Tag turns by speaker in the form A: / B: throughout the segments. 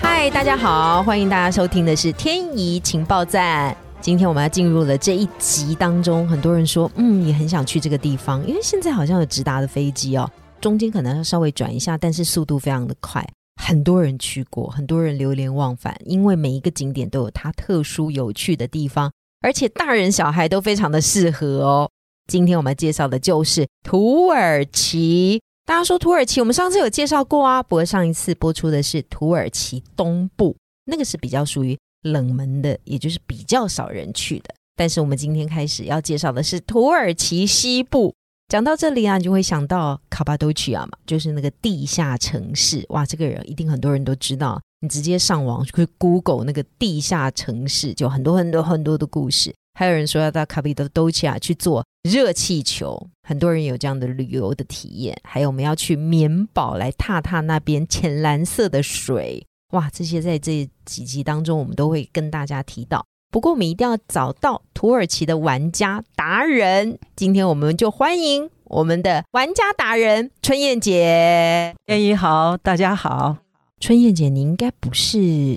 A: 嗨，大家好，欢迎大家收听的是天怡情报站。今天我们要进入了这一集当中，很多人说，嗯，也很想去这个地方，因为现在好像有直达的飞机哦，中间可能要稍微转一下，但是速度非常的快。很多人去过，很多人流连忘返，因为每一个景点都有它特殊有趣的地方，而且大人小孩都非常的适合哦。今天我们介绍的就是土耳其。大家说土耳其，我们上次有介绍过啊，不过上一次播出的是土耳其东部，那个是比较属于冷门的，也就是比较少人去的。但是我们今天开始要介绍的是土耳其西部。讲到这里啊，你就会想到卡巴多奇亚嘛，就是那个地下城市。哇，这个人一定很多人都知道。你直接上网去 Google 那个地下城市，就很多很多很多的故事。还有人说要到卡比多多奇亚去做热气球，很多人有这样的旅游的体验。还有我们要去棉堡来踏踏那边浅蓝色的水，哇，这些在这几集当中我们都会跟大家提到。不过我们一定要找到土耳其的玩家达人。今天我们就欢迎我们的玩家达人春燕姐。
B: 天一好，大家好。
A: 春燕姐，你应该不是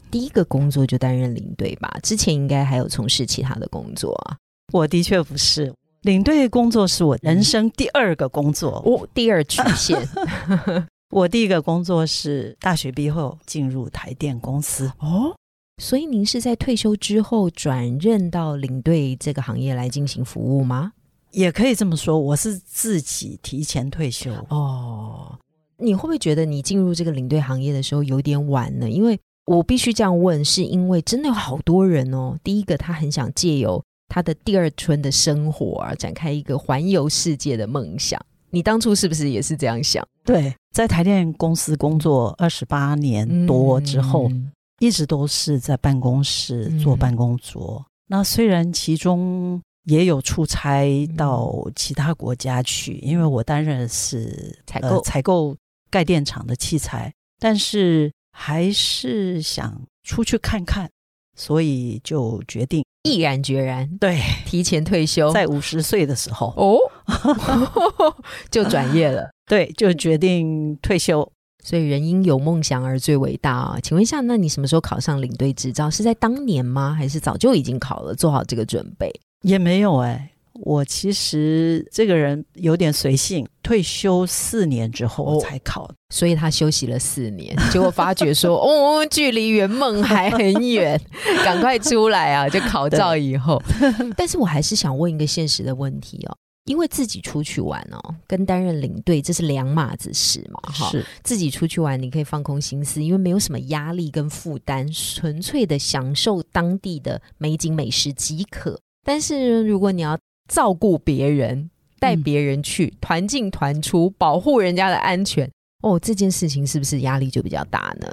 A: 第一个工作就担任领队吧？之前应该还有从事其他的工作 啊。
B: 我的确不是领队工作，是我人生第二个工作。我
A: 哦，第二曲线
B: 我第一个工作是大学毕业后进入台电公司。
A: 哦，所以您是在退休之后转任到领队这个行业来进行服务吗？
B: 也可以这么说，我是自己提前退休。
A: 哦，你会不会觉得你进入这个领队行业的时候有点晚呢？因为我必须这样问，是因为真的有好多人哦。第一个，他很想借由他的第二春的生活啊，展开一个环游世界的梦想。你当初是不是也是这样想？
B: 对，在台电公司工作二十八年多之后，
A: 嗯
B: 一直都是在办公室
A: 嗯
B: 做办公桌。那虽然其中也有出差
A: 嗯
B: 到其他国家去，因为我担任的是
A: 采
B: 呃
A: 购
B: 采购盖电厂的器材，但是还是想出去看看，所以就决定
A: 毅然决然
B: 对，
A: 提前退休，
B: 在五十岁的时候，
A: 哦， 就转业了。
B: 对，就决定退休。
A: 所以人因有梦想而最伟大啊！请问一下，那你什么时候考上领队执照？是在当年吗？还是早就已经考了，做好这个准备？
B: 也没有哎、我其实这个人有点随性，退休四年之后
A: 哦
B: 才考。
A: 所以他休息了四年，结果发觉说， 哦，距离圆梦还很远， 赶快出来啊！就考照以后，但是我还是想问一个现实的问题哦，因为自己出去玩哦，跟担任领队这是两码子事嘛，哈。
B: 是
A: 自己出去玩，你可以放空心思，因为没有什么压力跟负担，纯粹的享受当地的美景美食即可。但是如果你要照顾别人，带别人去、团进团出，保护人家的安全，哦，这件事情是不是压力就比较大呢？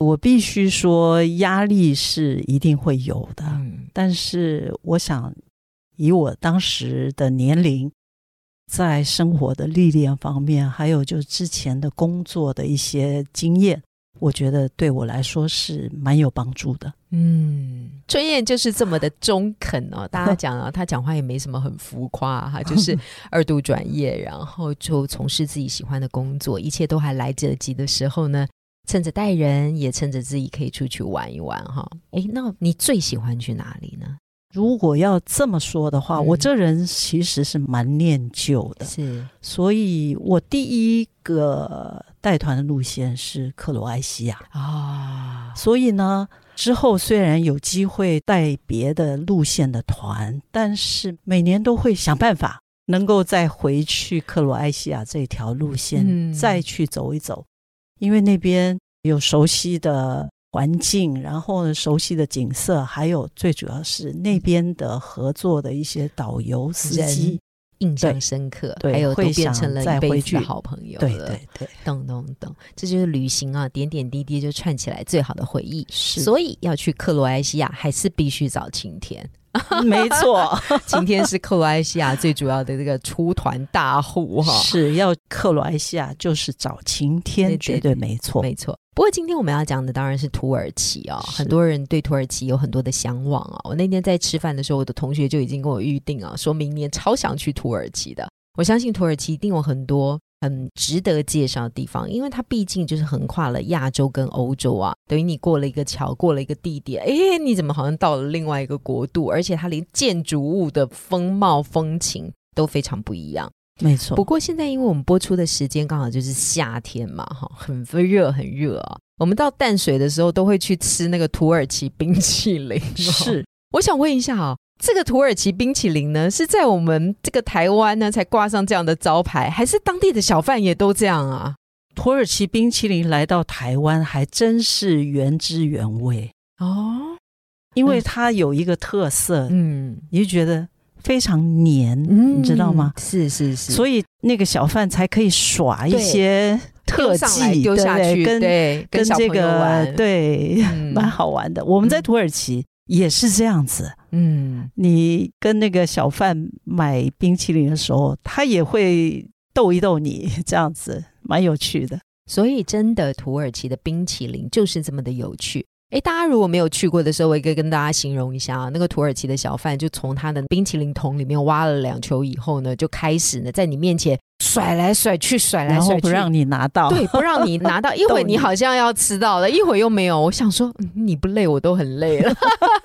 B: 我必须说，压力是一定会有的。
A: 嗯，
B: 但是我想，以我当时的年龄，在生活的历练方面，还有就之前的工作的一些经验，我觉得对我来说是蛮有帮助的。
A: 嗯，春燕就是这么的中肯哦。大家讲啊，她 讲话也没什么很浮夸、啊，她 就是二度转业，然后就从事自己喜欢的工作，一切都还来得及的时候呢，趁着带人，也趁着自己可以出去玩一玩哈、诶，那你最喜欢去哪里呢？
B: 如果要这么说的话，
A: 嗯
B: 我这人其实是蛮念旧的，
A: 是
B: 所以我第一个带团的路线是克罗埃西亚。
A: 啊，
B: 所以呢，之后虽然有机会带别的路线的团，但是每年都会想办法能够再回去克罗埃西亚这条路线、
A: 嗯
B: 再去走一走，因为那边有熟悉的环境，然后呢熟悉的景色，还有最主要是那边的合作的一些导游司机
A: 人。印象深刻，
B: 对
A: 还有都
B: 会
A: 变
B: 想
A: 成了
B: 再
A: 一辈
B: 回
A: 子的
B: 去
A: 好朋友了。
B: 对对对，
A: 懂懂懂，这就是旅行啊，点点滴滴就串起来最好的回忆。
B: 是
A: 所以要去克罗埃西亚，还是必须找晴天。
B: 没 错，
A: 晴天是克罗埃西亚最主要的这个出团大户哈。
B: 是要克罗埃西亚就是找晴
A: 对
B: 天，
A: 对
B: 绝对没错。
A: 没错。不过今天我们要讲的当然是土耳其哦，
B: 是
A: 很多人对土耳其有很多的向往哦。我那天在吃饭的时候，我的同学就已经跟我预定啊，说明年超想去土耳其的。我相信土耳其一定有很多很值得介绍的地方，因为它毕竟就是横跨了亚洲跟欧洲啊，等于你过了一个桥，过了一个地点，诶，你怎么好像到了另外一个国度？而且它连建筑物的风貌风情都非常不一样。
B: 没错，
A: 不过现在因为我们播出的时间刚好就是夏天嘛，哈，很热很热啊。我们到淡水的时候都会去吃那个土耳其冰淇淋、哦。
B: 是，
A: 我想问一下啊、这个土耳其冰淇淋呢，是在我们这个台湾呢才挂上这样的招牌，还是当地的小贩也都这样啊？
B: 土耳其冰淇淋来到台湾还真是原汁原味，
A: 哦，
B: 因为
A: 嗯
B: 它有一个特色，
A: 嗯
B: 你就觉得非常黏，
A: 嗯
B: 你知道吗？？
A: 是是是，以
B: 所以那个小贩才可以耍一
A: 对
B: 些特技，
A: 丢
B: 对
A: 下
B: 不对
A: 去，
B: 跟
A: 对，
B: 跟
A: 小
B: 这
A: 朋友
B: 个
A: 玩，
B: 对，啊
A: 嗯
B: 蛮好玩的。我们在
A: 嗯
B: 土耳其也是这样子，
A: 嗯，
B: 你跟那个小贩买冰淇淋的时候，他也会逗一逗你，这样子蛮有趣的。
A: 所以真的，土耳其的冰淇淋就是这么的有趣。诶，大家如果没有去过的时候，我也可以跟大家形容一下啊。那个土耳其的小贩就从他的冰淇淋桶里面挖了两球以后呢，就开始呢在你面前甩来甩去，甩来
B: 然后
A: 甩
B: 不
A: 去，
B: 让你拿 到，
A: 对，不让你 拿到。一会儿
B: 逗
A: 你
B: 你
A: 好像要吃到了，一会儿又没有。我想说，嗯你不累，我都很累了。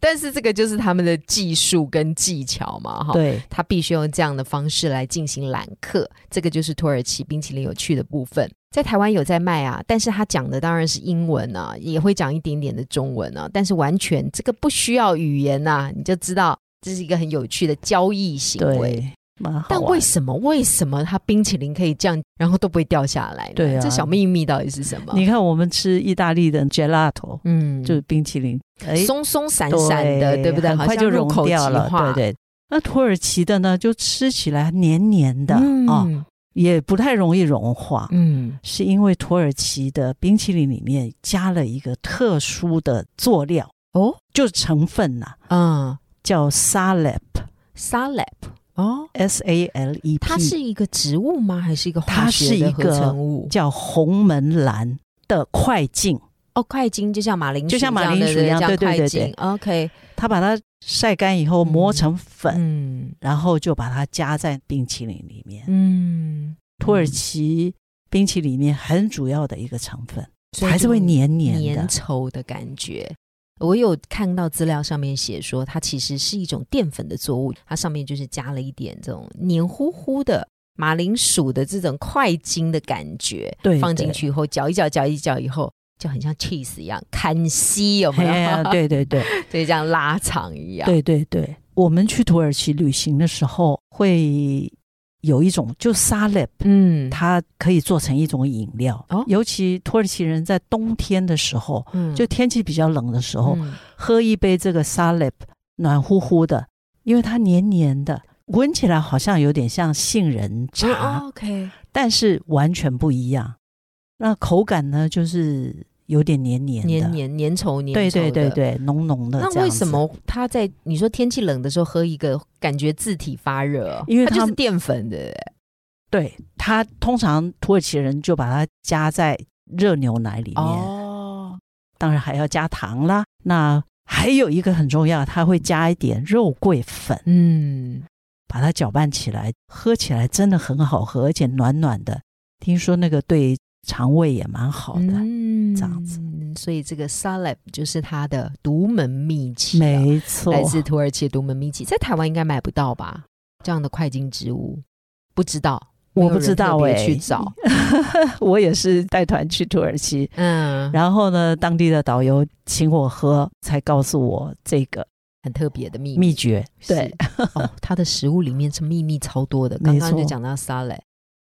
A: 但是这个就是他们的技术跟技巧嘛，哈。
B: 对
A: 他必须用这样的方式来进行揽客，这个就是土耳其冰淇淋有趣的部分。在台湾有在卖啊，但是他讲的当然是英文啊，也会讲一点点的中文啊，但是完全这个不需要语言呐、你就知道这是一个很有趣的交易行为。
B: 对，蛮好
A: 但
B: 玩
A: 为
B: 的。
A: 什么为什么它冰淇淋可以这样，然后都不会掉下来呢？
B: 对啊
A: 这小秘密到底是什么？
B: 你看，我们吃意大利的 gelato，、
A: 嗯，
B: 就是冰淇淋，哎，
A: 松松散散的，对不对？
B: 很
A: 好
B: 快
A: 像
B: 就
A: 入
B: 融
A: 口即
B: 掉了，
A: 化，
B: 对对。那土耳其的呢，就吃起来黏黏的啊、
A: 嗯
B: 也不太容易融化，
A: 嗯，
B: 是因为土耳其的冰淇淋里面加了一个特殊的佐料，
A: 哦，
B: 就是成分呐、
A: 嗯
B: 叫 salep，s
A: ，salep 哦，
B: a l e p，
A: 它是一个植物吗？还是一个化
B: 它
A: 学
B: 是
A: 的
B: 一
A: 合
B: 个
A: 成物？
B: 叫红门兰的快进，
A: 哦，快金就像马铃薯这
B: 就
A: 样
B: 像
A: 的，
B: 马铃薯一样
A: 对
B: 对对对
A: 对
B: 对
A: OK，
B: 它把它晒干以后
A: 嗯
B: 磨成粉，
A: 嗯
B: 然后就把它加在冰淇淋里面。
A: 嗯，
B: 土耳
A: 嗯
B: 其冰淇淋里面很主要的一个成分，
A: 所以
B: 还是会
A: 就
B: 黏黏
A: 粘
B: 的。
A: 稠的感觉。我有看到资料上面写说，它其实是一种淀粉的作物，它上面就是加了一点这种黏糊糊的马铃薯的这种快金的感觉，
B: 对
A: 放进
B: 对
A: 去以后搅一搅，搅一搅以后。就很像 cheese 一样，砍西有没 有
B: 哎呀，？对对对
A: 对，这样拉长一样。
B: 对对对，我们去土耳其旅行的时候会有一种就 salep，
A: 嗯，
B: 它可以做成一种饮料
A: 哦，
B: 尤其土耳其人在冬天的时候，
A: 嗯
B: 就天气比较冷的时候，
A: 嗯
B: 喝一杯这个 salep，暖乎乎的，因为它黏黏的，闻起来好像有点像杏仁茶。
A: 哦 OK，
B: 但是完全不一样。那口感呢，就是有点黏黏的，
A: 黏黏粘稠粘稠
B: 对对对嗯
A: 的。
B: 对，浓浓的。
A: 那为什？么它在你说天气冷的时候喝一个，感觉字体发热？哦
B: 因为
A: 它
B: 它
A: 就是淀粉的，
B: 对它通常土耳其人就把它加在热牛奶里面，
A: 哦，
B: 当然还要加糖啦。那还有一个很重要，它会加一点肉桂粉，
A: 嗯，
B: 把它搅拌起来，喝起来真的很好喝，而且暖暖的。听说那个对肠胃也蛮好的，
A: 嗯
B: 这样子。
A: 所以这个 salep 就是它的独门秘籍啊、
B: 没错，
A: 来自土耳其的独门秘籍，在台湾应该买不到吧？这样的快茎植物，不知道，
B: 我不知道
A: 哎、
B: 哎、
A: 去找，
B: 我也是带团去土耳其，
A: 嗯，
B: 然后呢，当地的导游请我喝，才告诉我这个
A: 很特别的秘密
B: 秘诀。对，
A: 是，哦，它的食物里面是秘密超多的。刚
B: 没
A: 刚就
B: 错
A: 讲到沙蕾，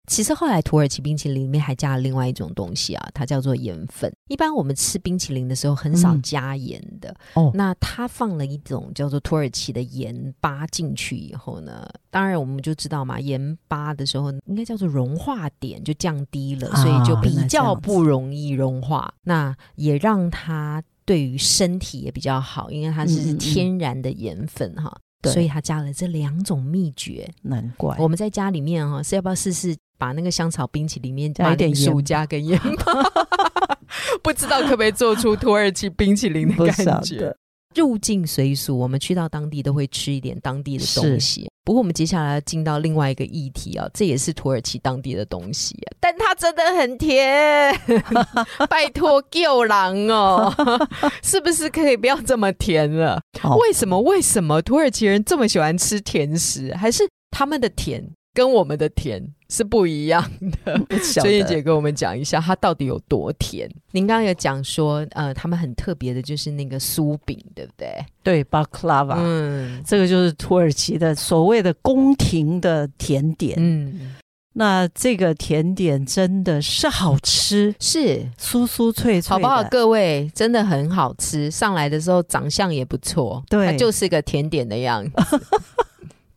A: 其实后来土耳其冰淇淋里面还加了另外一种东西啊，它叫做盐粉。一般我们吃冰淇淋的时候很少
B: 嗯
A: 加盐的，
B: 哦
A: 那它放了一种叫做土耳其的盐巴进去以后呢，当然我们就知道嘛，盐巴的时候应该叫做融化点就降低了，所以就
B: 啊原来
A: 比
B: 这样
A: 较
B: 子
A: 不容易融化，那也让它对于身体也比较好，因为它
B: 嗯嗯
A: 是
B: 嗯
A: 天然的盐粉哈。
B: 对
A: 所以它加了这两种秘诀，
B: 难怪
A: 我们在家里面哈、是要不要试试把那个香草冰淇淋里面
B: 加一点
A: 马铃薯
B: 盐
A: 加跟盐巴？ 不知道可不可以做出土耳其冰淇淋
B: 不
A: 的
B: 晓
A: 感觉
B: 得。，
A: 入境随俗，我们去到当地都会吃一点当地的东西。不过我们接下来要进到另外一个议题啊，这也是土耳其当地的东西、啊，但它真的很 甜，拜托救狼哦， 是不是可以不要这么甜了？
B: 哦
A: 为什么？为什么土耳其人这么喜欢吃甜食？还是他们的甜跟我们的甜是不一 样的？
B: 不晓
A: 所以
B: 得
A: 姐给我们讲一下，它到底有多甜？您刚刚有讲说，呃，他们很特别的就是那个酥饼，对不对？
B: 对巴克拉瓦。
A: 嗯
B: 这个就是土耳其的所谓的宫廷的甜点，
A: 嗯，
B: 那这个甜点真的是好吃，
A: 是
B: 酥酥脆脆的，
A: 好不好？各位真的很好吃，上来的时候长相也不错，
B: 对
A: 它就是个甜点的样 子。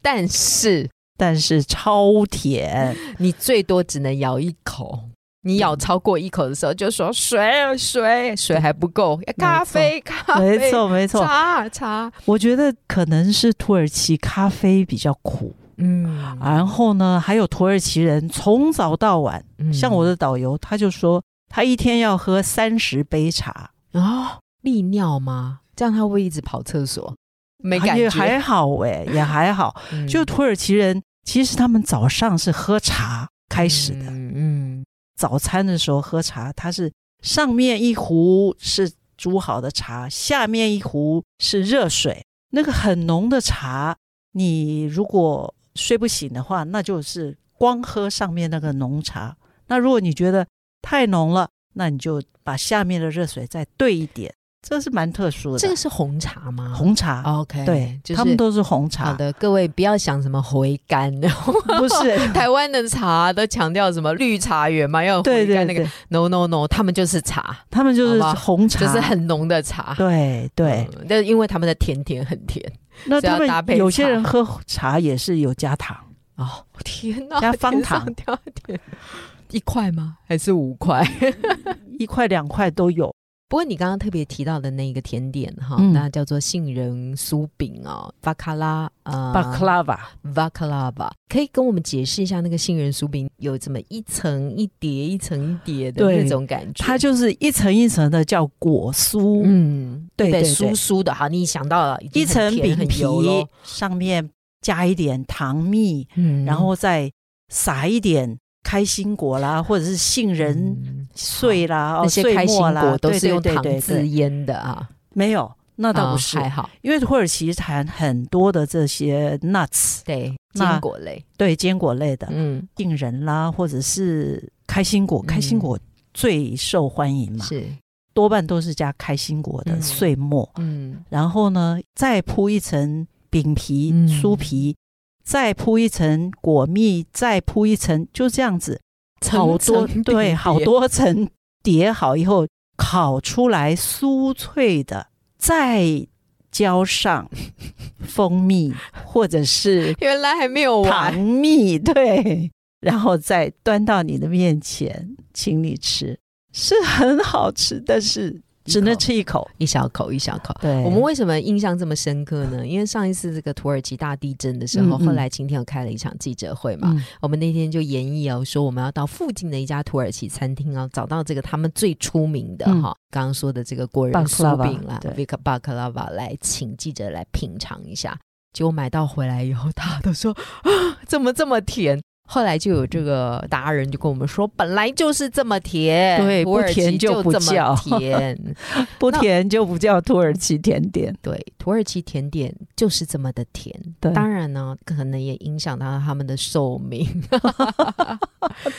A: 但是
B: 但是超 甜，
A: 你最多只能咬一口。你咬超过一口的时候，就说水水水还不够，要咖啡咖啡，
B: 没错没错。
A: 茶茶，
B: 我觉得可能是土耳其咖啡比较苦，
A: 嗯
B: 然后呢，还有土耳其人从早到晚，像我的导游他就说，他一天要喝三十杯茶，
A: 哦利尿吗？这样他会不会一直跑厕所，没
B: 啊
A: 感
B: 也
A: 觉，
B: 还好诶，也还好。
A: 嗯
B: 就土耳其人，其实他们早上是喝茶开始的，
A: 嗯嗯
B: 早餐的时候喝茶，它是上面一壶是煮好的茶，下面一壶是热水，那个很浓的茶，你如果睡不醒的话，那就是光喝上面那个浓茶。那如果你觉得太浓了，那你就把下面的热水再兑一点，这是蛮特殊的。
A: 这个是红茶吗？
B: 红茶，
A: OK，
B: 对，
A: 就是
B: 他们都是红
A: 好
B: 茶，
A: 的，各位不要想什么回甘，
B: 不是
A: 台湾的茶都强调什么绿茶园嘛，要有
B: 对
A: 回
B: 对
A: 甘那
B: 对，
A: 个 no no no，他们就是茶，
B: 他们就是
A: 好吧
B: 红茶，
A: 就是很浓的茶。
B: 对对。
A: 嗯但是因为他们的甜甜很甜
B: 那
A: 是要
B: 他
A: 搭配
B: 们有些
A: 茶
B: 人喝茶也是有加糖，
A: 哦，天哪，
B: 加方
A: 甜上
B: 糖
A: 掉甜，一块吗？ 还是五块？
B: 一块两块都有。
A: 不过你刚刚特别提到的那一个甜点哈，
B: 嗯
A: 那叫做杏仁酥饼哦，巴卡拉呃，
B: 巴克拉瓦，
A: 巴卡拉吧，可以跟我们解释一下那个杏仁酥饼有怎么一层一叠一层一叠的
B: 对
A: 那种感觉？
B: 它就是一层一层的叫果酥，
A: 嗯，
B: 对
A: 对，
B: 对对
A: 酥酥的，好，你想到了，已经
B: 一层
A: 很甜
B: 饼
A: 很油咯
B: 皮，上面加一点糖蜜，
A: 嗯
B: 然后再撒一点开心果啦，或者是杏仁
A: 嗯
B: 碎啦，哦
A: 那些
B: 碎
A: 开心
B: 末啦
A: 果都
B: 对
A: 是
B: 对
A: 用
B: 对
A: 糖
B: 对
A: 渍
B: 对
A: 腌的啊，
B: 没有，那倒
A: 啊
B: 不是，
A: 还好，
B: 因为土耳其产很多的这些 nuts，
A: 对，
B: 那
A: 坚果类，
B: 对坚果类的，
A: 嗯，
B: 杏仁啦，或者是开心果，
A: 嗯
B: 开心果最受欢迎嘛，
A: 是，
B: 多半都是加开心果的
A: 嗯
B: 碎末，
A: 嗯，
B: 然后呢再铺一层饼皮、
A: 嗯
B: 酥皮，再铺一层果蜜，再铺一层，就这样子，好多对，好，多层叠好以后，烤出来酥脆的，再浇上 蜂蜜或者是
A: 原来还没有
B: 糖
A: 完，
B: 蜜，对，然后再端到你的面前，请你吃，是很好吃，但是只能吃一口。
A: 一小口一小口。
B: 对，
A: 我们为什么印象这么深刻呢？因为上一次这个土耳其大地震的时候，
B: 嗯嗯
A: 后来晴天有开了一场记者会嘛，
B: 嗯
A: 我们那天就研议哦，说我们要到附近的一家土耳其餐厅哦，找到这个他们最出名的哈、
B: 嗯
A: 刚刚说的这个果仁酥
B: Baklava，
A: 饼啦
B: 对
A: v i k b a k l a v a 来请记者来品尝一下。结果买到回来以后，大家都说啊，怎么这么甜？后来就有这个达人就跟我们说，本来就是这么甜，
B: 对
A: 土耳
B: 不甜
A: 其
B: 就
A: 就
B: 不
A: 这么
B: 叫
A: 甜，
B: 不
A: 那
B: 甜就不叫土耳其甜点。
A: 对，土耳其甜点就是这么的甜。
B: 对
A: 当然呢，可能也影响到他们的寿 命。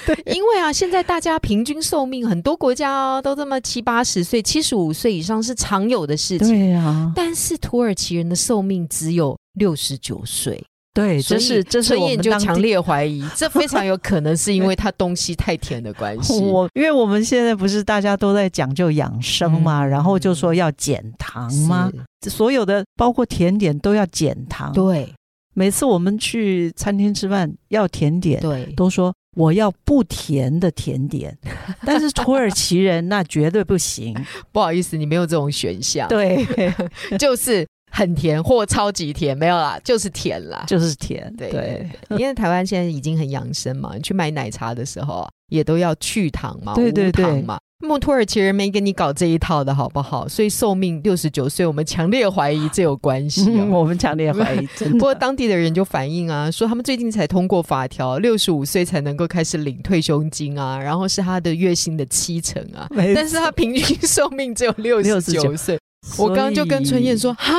A: 对，因为啊，现在大家平均寿命，很多国家、哦、都这么七八十岁、七十五岁以上是常有的事情。
B: 对呀、啊，
A: 但是土耳其人的寿命只有六十九岁，
B: 对，这
A: 所以
B: 是这是
A: 春
B: 我
A: 燕
B: 们
A: 就
B: 当
A: 强
B: 地
A: 烈怀疑，这非常有可能是因为它东西太甜的关系。
B: 我因为我们现在不是大家都在讲究养生嘛，
A: 嗯
B: 然后就说要减糖嘛，
A: 是？
B: 所有的包括甜点都要减糖。
A: 对
B: 每次我们去餐厅吃饭要甜点，
A: 对，
B: 都说我要不甜的 甜点，但是土耳其人那绝对不行。
A: 不好意思，你没有这种选项，
B: 对，
A: 就是很甜或超级甜，没有啦，就是甜啦。
B: 就是甜。
A: 对 对，对因为台湾现在已经很养生嘛，你去买奶茶的时候啊也都要去糖嘛，
B: 对对
A: 无糖
B: 对
A: 嘛。那么土耳其人没跟你搞这一套的好不好？所以寿命六十九岁，我们强烈怀疑这有关系、
B: 嗯
A: 哦。
B: 我嗯们强烈怀疑，真
A: 不过
B: 的。
A: 当地的人就反映啊，说他们最近才通过法条，六十五岁才能够开始领退休金啊，然后是他的月薪的七成啊，
B: 没
A: 但是他平均寿命只有六十九
B: 69
A: 岁。我刚刚就跟春燕，说，哈，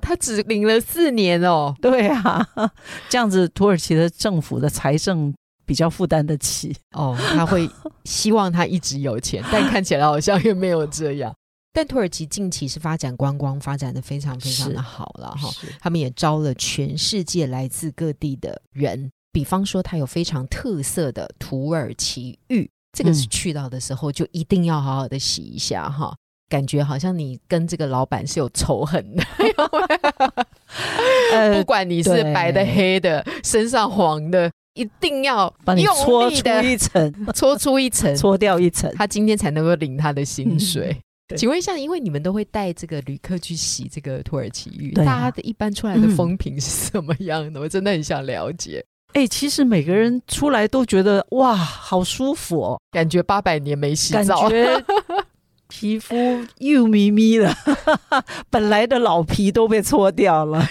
A: 他只领了四年哦。
B: 所以对啊， 这样子土耳其的政府的财政比较负担得起。
A: 哦，他 会希望他一直有钱，但看起来好像也没有这样。但土耳其近期是发展观光发展的非常非常
B: 是
A: 的好了哈，
B: 是
A: 他们也招了全世界来自各地的人，比方说它有非常特色的土耳其浴，这个是
B: 嗯
A: 去到的时候就一定要好好的洗一下哈。感觉好像你跟这个老板是有仇恨的，不
B: 呃，
A: 管你是
B: 对
A: 白的、黑的、身上黄的，一定要
B: 帮你
A: 用
B: 搓
A: 力
B: 出
A: 的
B: 一层，
A: 搓出一层
B: 搓掉一层。
A: 他今天才能够领他的薪水。
B: 嗯对
A: 请问一下，因为你们都会带这个旅客去洗这个土耳其浴，
B: 对啊
A: 大家的一般出来的
B: 嗯
A: 风评是什么样的？我真的很想了解。
B: 哎，其实每个人出来都觉得哇，好舒服哦，
A: 感觉八百年没洗
B: 感
A: 澡，
B: 觉皮肤又咪咪的，本来的老皮都被搓掉了。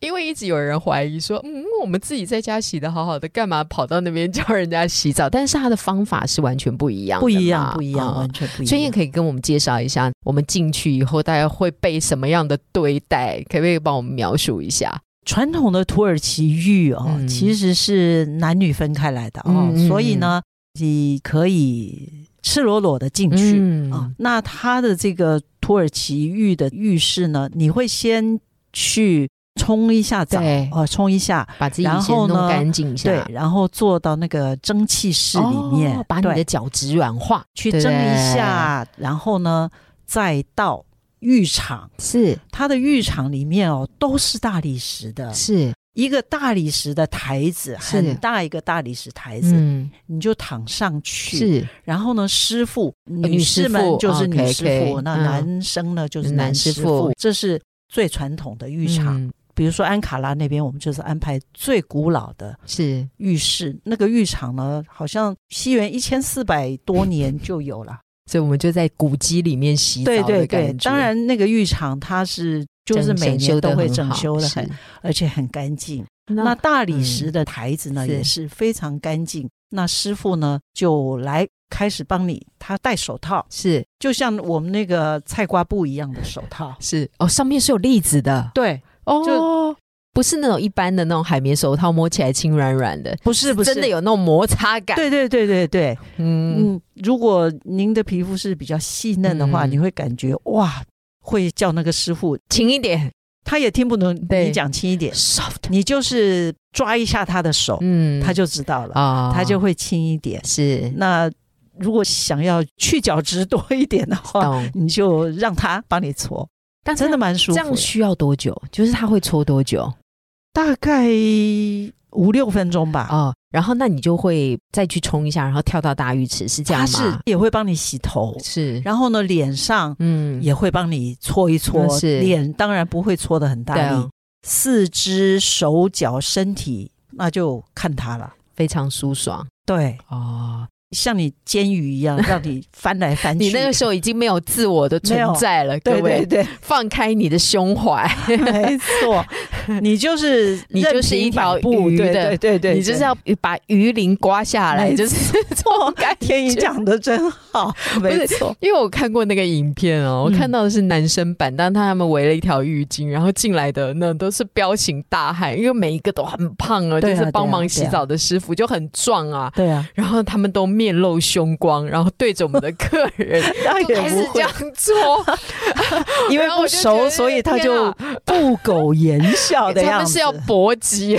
A: 因为一直有人怀疑说，嗯，我们自己在家洗的好好的，干嘛跑到那边叫人家洗澡？但是他的方法是完全不一样的嘛，
B: 不一 样，不一样，
A: 嗯
B: 完全不一
A: 所以也
B: 样。
A: 可以跟我们介绍一下，我们进去以后大家会被什么样的对待？可不可以帮我们描述一下？
B: 传统的土耳其浴哦，
A: 嗯
B: 其实是男女分开来的哦，
A: 嗯嗯
B: 所以呢，你可以赤裸裸的进去啊、
A: 嗯
B: 那它的这个土耳其浴的浴室呢，你会先去冲一下澡
A: 对
B: 哦，冲一下，
A: 把自己
B: 然
A: 先
B: 后
A: 弄
B: 呢
A: 干净一下，
B: 对，然后坐到那个蒸汽室里面，
A: 哦把你
B: 对
A: 的角质软化，
B: 去
A: 对
B: 蒸一下，然后呢，再到浴场。
A: 是
B: 它的浴场里面哦，都是大理石的，
A: 是，
B: 一个大理石的台子，
A: 是
B: 很大一个大理石台子，
A: 嗯，
B: 你就躺上去。
A: 是哦
B: 然后呢，师傅，
A: 女
B: 女士
A: 师傅哦
B: 们就是女
A: OK，OK，
B: 师傅，那
A: 嗯
B: 男生呢就是
A: 男
B: 男
A: 师
B: 师
A: 傅
B: 傅，这是最传统的浴场。
A: 嗯
B: 比如说安卡拉那边，我们就是安排最古老的
A: 是
B: 浴室，那个浴场呢，好像西元一千四百多年就有了。
A: 所以我们就在古迹里面洗澡
B: 对
A: 的
B: 对对，
A: 感觉
B: 当然那个浴场它是就是
A: 整
B: 每
A: 整修
B: 年
A: 得
B: 都会
A: 很
B: 整
A: 好
B: 修的
A: 是
B: 很，而且很干净。那
A: 那嗯
B: 大理石的台子呢、
A: 是
B: 也是非常干净。那师傅呢就来开始帮你，他戴手套，
A: 是。
B: 就像我们那个菜瓜布一样的手 套
A: 是哦，上面是有粒子的
B: 对，
A: 哦。不是那种一般的那种海绵手套，摸起来轻软软的，
B: 不是不是
A: 真的有那种摩擦感。，
B: 对对对对对，
A: 嗯，
B: 嗯，如果您的皮肤是比较细嫩的话，
A: 嗯
B: 你会感觉哇，会叫那个师傅，
A: 轻一点
B: 他也听不懂
A: 对
B: 你讲轻一点，
A: ，soft，
B: 你就是抓一下他的手，
A: 嗯
B: 他就知道了，
A: 啊
B: 他就会轻一点。
A: 是
B: 那如果想要去角质多一点的话，
A: 懂，
B: 你就让他帮你搓，
A: 但
B: 真的蛮舒
A: 这
B: 服
A: 样
B: 的。
A: 需要多久？就是他会搓多久？
B: 大概五六分钟吧。
A: 哦，然后那你就会再去冲一下，然后跳到大浴池，啊是这样
B: 他
A: 吗？
B: 是也会帮你洗头，
A: 是，
B: 然后呢，脸上
A: 嗯，
B: 也会帮你搓一搓。
A: 嗯是
B: 脸当然不会搓的很
A: 对
B: 大力，
A: 啊，
B: 四肢、手脚、身体，那就看他了。
A: 非常舒爽
B: 对，
A: 哦。
B: 像你煎鱼一 样，让你翻来翻去。
A: 你那个时候已经没有自我的存在了，各
B: 对
A: 位，
B: 对对，
A: 放开你的胸怀，
B: 没错， 你就是
A: 你
B: 任
A: 就是
B: 凭
A: 一条
B: 摆布
A: 鱼
B: 对
A: 的
B: 对对对，
A: 你就是
B: 对
A: 要把鱼鳞刮下来，
B: 没
A: 就是
B: 错。
A: 该
B: 天宇讲的真 好，没错，
A: 因为我看过那个影片哦，我
B: 嗯
A: 看到的是男生版，但他们围了一条浴巾，然后进来的那都是彪形大汉，因为每一个都很胖哦，
B: 对啊
A: 就是帮
B: 对
A: 忙
B: 啊
A: 洗澡的师傅就很壮啊，
B: 对啊，
A: 然后他们都面露凶光，然后对着我们的客人
B: 他
A: 就开
B: 也
A: 始
B: 不
A: 这
B: 会
A: 样，做，
B: 因为
A: 然后我
B: 不
A: 就觉得
B: 熟，所以他
A: 天
B: 就
A: 啊，
B: 不苟言笑的
C: 他
B: 样
C: 们
B: 子。
C: 是要搏 击，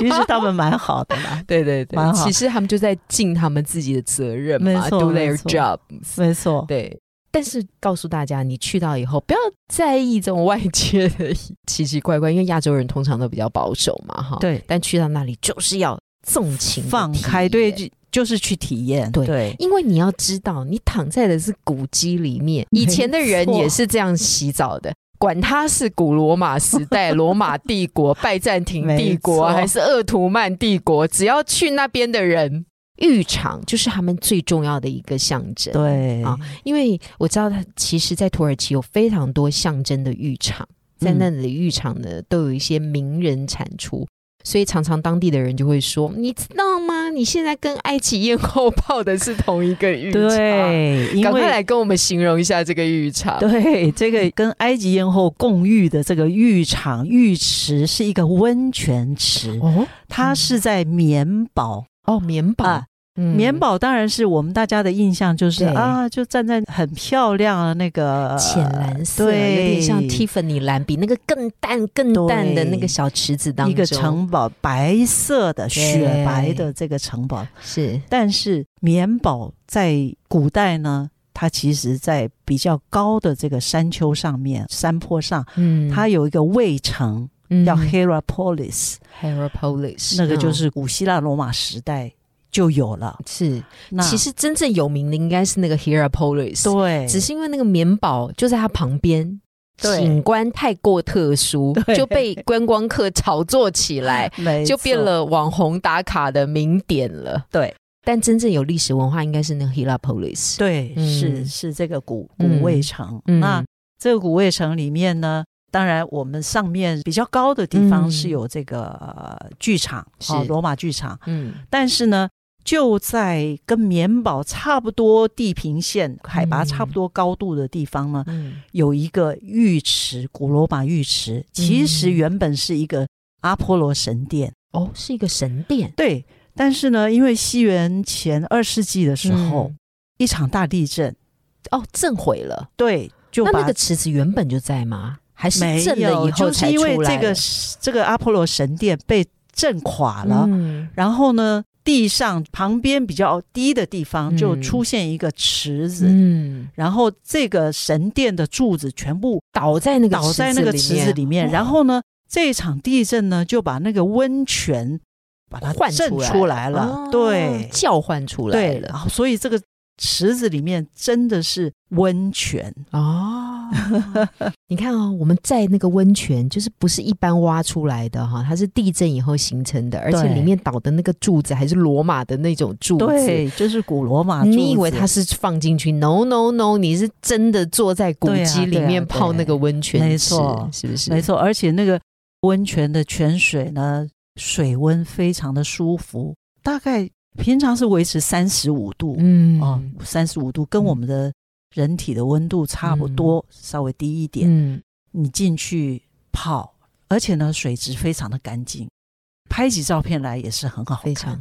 B: 其实他们蛮好的啦
A: 对对对
B: 蛮，好
A: 其实他们就在尽他们自己的责任嘛
B: 没错
A: ，do their
B: 没错
A: job。
B: 没错。
A: 对，但是告诉大家，你去到以后不要在意这种外界的奇奇怪怪，因为亚洲人通常都比较保守嘛，哈。。
B: 对，
A: 但去到那里就是要纵情地
B: 放
A: 体
B: 开，
A: 验
B: 对，就就是去体验，
A: 对
B: 对
A: 因为你要知道，你躺在的是古迹里面，
B: 没
A: 以前的人
B: 错
A: 也是这样洗澡的。管他是古罗马时代、罗马帝国、拜占庭帝国，
B: 没错
A: 还是鄂图曼帝国，只要去那边的人，浴场就是他们最重要的一个象征。，
B: 对
A: 啊因为我知道，它其实，在土耳其有非常多象征的浴场，在那
B: 嗯
A: 里浴场呢，都有一些名人产出。所以常常当地的人就会说：“你知道吗？你现在跟埃及艳后泡的是同一个
B: 嗯
A: 浴场。”，
B: 对，因
A: 赶快
B: 为
A: 来跟我们形容一下这个浴场。
B: 对这个跟埃及艳后共浴的这个浴场浴池是一个温泉池，
A: 哦
B: 它是在棉堡
A: 哦，棉堡，
B: 啊，
A: 嗯
B: 棉堡当然是我们大家的印象就是
A: 对
B: 啊，就站在很漂亮的那个
A: 浅蓝色，
B: 啊
A: 啊
B: 对，
A: 有点像 Tiffany 蓝，比那个更淡、更淡的那个
B: 对
A: 小池子当中，
B: 一个城堡，白色的雪白的这个城堡，
A: 是
B: 但是棉堡在古代呢，它其实在比较高的这个山丘上面、山坡上，
A: 嗯
B: 它有一个卫城叫 Hierapolis，、
A: 嗯 Herapolis，
B: 那个就
A: 嗯
B: 是古希腊罗马时代就有了。
A: 是
B: 那
A: 其实真正有名的应该是那个 Herapolis，
B: 对，
A: 只是因为那个棉堡就在它旁边，
B: 对
A: 景观太过特殊，
B: 对
A: 就被观光客炒作起来，
B: 没
A: 就变
B: 错
A: 了网红打卡的名点了。
B: 对
A: 但真正有历史文化应该是那个 Herapolis，
B: 对，
A: 嗯
B: 是是这个古
A: 嗯
B: 古卫城。
A: 嗯
B: 那这个古卫城里面呢，当然我们上面比较高的地方
A: 嗯
B: 是有这个、呃剧场，
A: 是
B: 哦，罗马剧场。
A: 嗯，
B: 但是呢，就在跟棉堡差不多地平线、海拔差不多高度的地方呢，
A: 嗯
B: 有一个浴池，古罗马浴池，其
A: 嗯
B: 实原本是一个阿波罗神殿，
A: 哦，是一个神殿
B: 对。但是呢，因为西元前二世纪的时候，
A: 嗯
B: 一场大地震，
A: 哦，震毁了。
B: 对，就
A: 那
B: 把
A: 那个池子原本就在吗？还是
B: 没
A: 震了
B: 有，
A: 以后
B: 就是
A: 才
B: 因
A: 出来
B: 为
A: 的？
B: 这个这个阿波罗神殿被震垮了，
A: 嗯
B: 然后呢，地上旁边比较低的地方就
A: 嗯
B: 出现一个池子，
A: 嗯，
B: 然后这个神殿的柱子全部
A: 倒在那个
B: 倒在那个池子里面，然后呢，这场地震呢就把那个温泉把它
A: 换
B: 震
A: 出来
B: 出来了，
A: 哦
B: 对
A: 叫唤出来
B: 对，
A: 了
B: 然。后所以这个池子里面真的是温泉，
A: 哦， 你看哦，我们在那个温泉，就是不是一般挖出来的哈，它是地震以后形成的，而且
B: 对
A: 里面倒的那个柱子还是罗马的那种柱子。
B: 对，就是古罗马柱子，
A: 你以为它是放进去？No No No，你是真的坐在古迹里
B: 对啊对
A: 面
B: 啊
A: 泡那个温泉池，
B: 没错
A: 是不是？
B: 没错，而且那个温泉的泉水呢，水温非常的舒服，大概平常是维持三十五度，
A: 嗯，
B: 哦
A: 嗯，
B: 三十五度跟我们的人体的温度差不多，稍微低一点。
A: 嗯，
B: 你进去泡，而且呢，水质非常的干净，拍起照片来也是很好看。
A: 非常。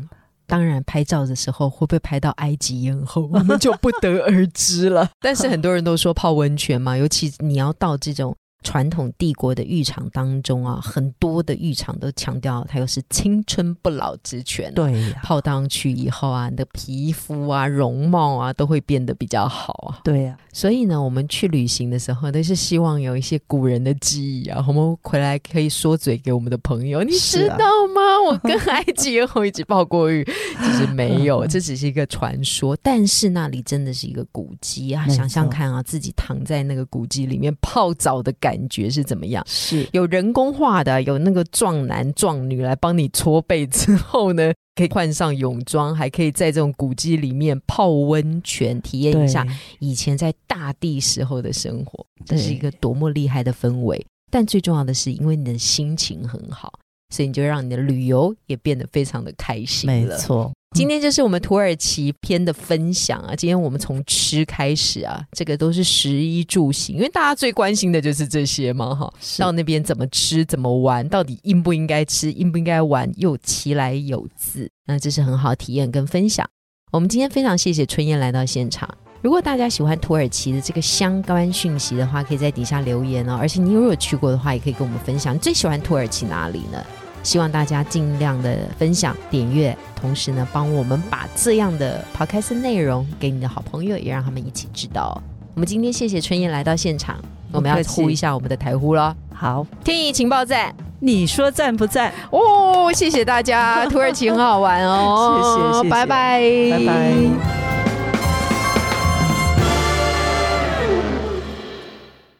A: 当然，拍照的时候会不会拍到埃及艳后，我们就不得而知 了。但是很多人都说泡温泉嘛，尤其你要到这种传统帝国的浴场当中啊，很多的浴场都强调它又是青春不老之泉。，
B: 对 呀、
A: 泡上去以后啊，你的皮肤啊、容貌啊都会变得比较好啊。
B: 对呀、
A: 所以呢，我们去旅行的时候都是希望有一些古人的记忆啊，我们回来可以说嘴给我们的朋友，你
B: 是
A: 知
B: 啊
A: 道吗？我跟埃及艳后一起 泡过浴，其实没有，这只是一个传说。但是那里真的是一个古迹啊，
B: 没错
A: 想想看啊，自己躺在那个古迹里面泡澡的感觉是怎么样？
B: 是
A: 有人工化的，有那个壮男壮女来帮你搓背之后呢，可以换上泳装，还可以在这种古迹里面泡温泉，体验一下。以前在大地时候的生活，这
B: 对
A: 是一个多么厉害的氛围。但最重要的是，因为你的心情很好，所以你就让你的旅游也变得非常的开心
B: 没
A: 了。
B: 错。
A: 今天就是我们土耳其篇的分享啊，今天我们从吃开始啊，这个都是食衣住行，因为大家最关心的就是这些嘛，哈。
B: 是
A: 到那边怎么吃，怎么玩，到底应不应该吃，应不应该玩，又其来有自。那这是很好体验跟分享。我们今天非常谢谢春燕来到现场，如果大家喜欢土耳其的这个相关讯息的话，可以在底下留言哦。而且你如果去过的话，也可以跟我们分享你最喜欢土耳其哪里呢？希望大家尽量的分享、点阅，同时呢，帮我们把这样的 podcast 内容给你的好朋友，也让他们一起知道。哦我们今天谢谢春燕来到现场，我们要
B: 不客气
A: 呼一下我们的台呼喽！
B: 好，
A: 天意情报站
B: 你说赞不赞？
A: 哦，谢谢大家，土耳其很好玩哦，
B: 谢谢谢谢
A: 拜拜，
B: 拜拜。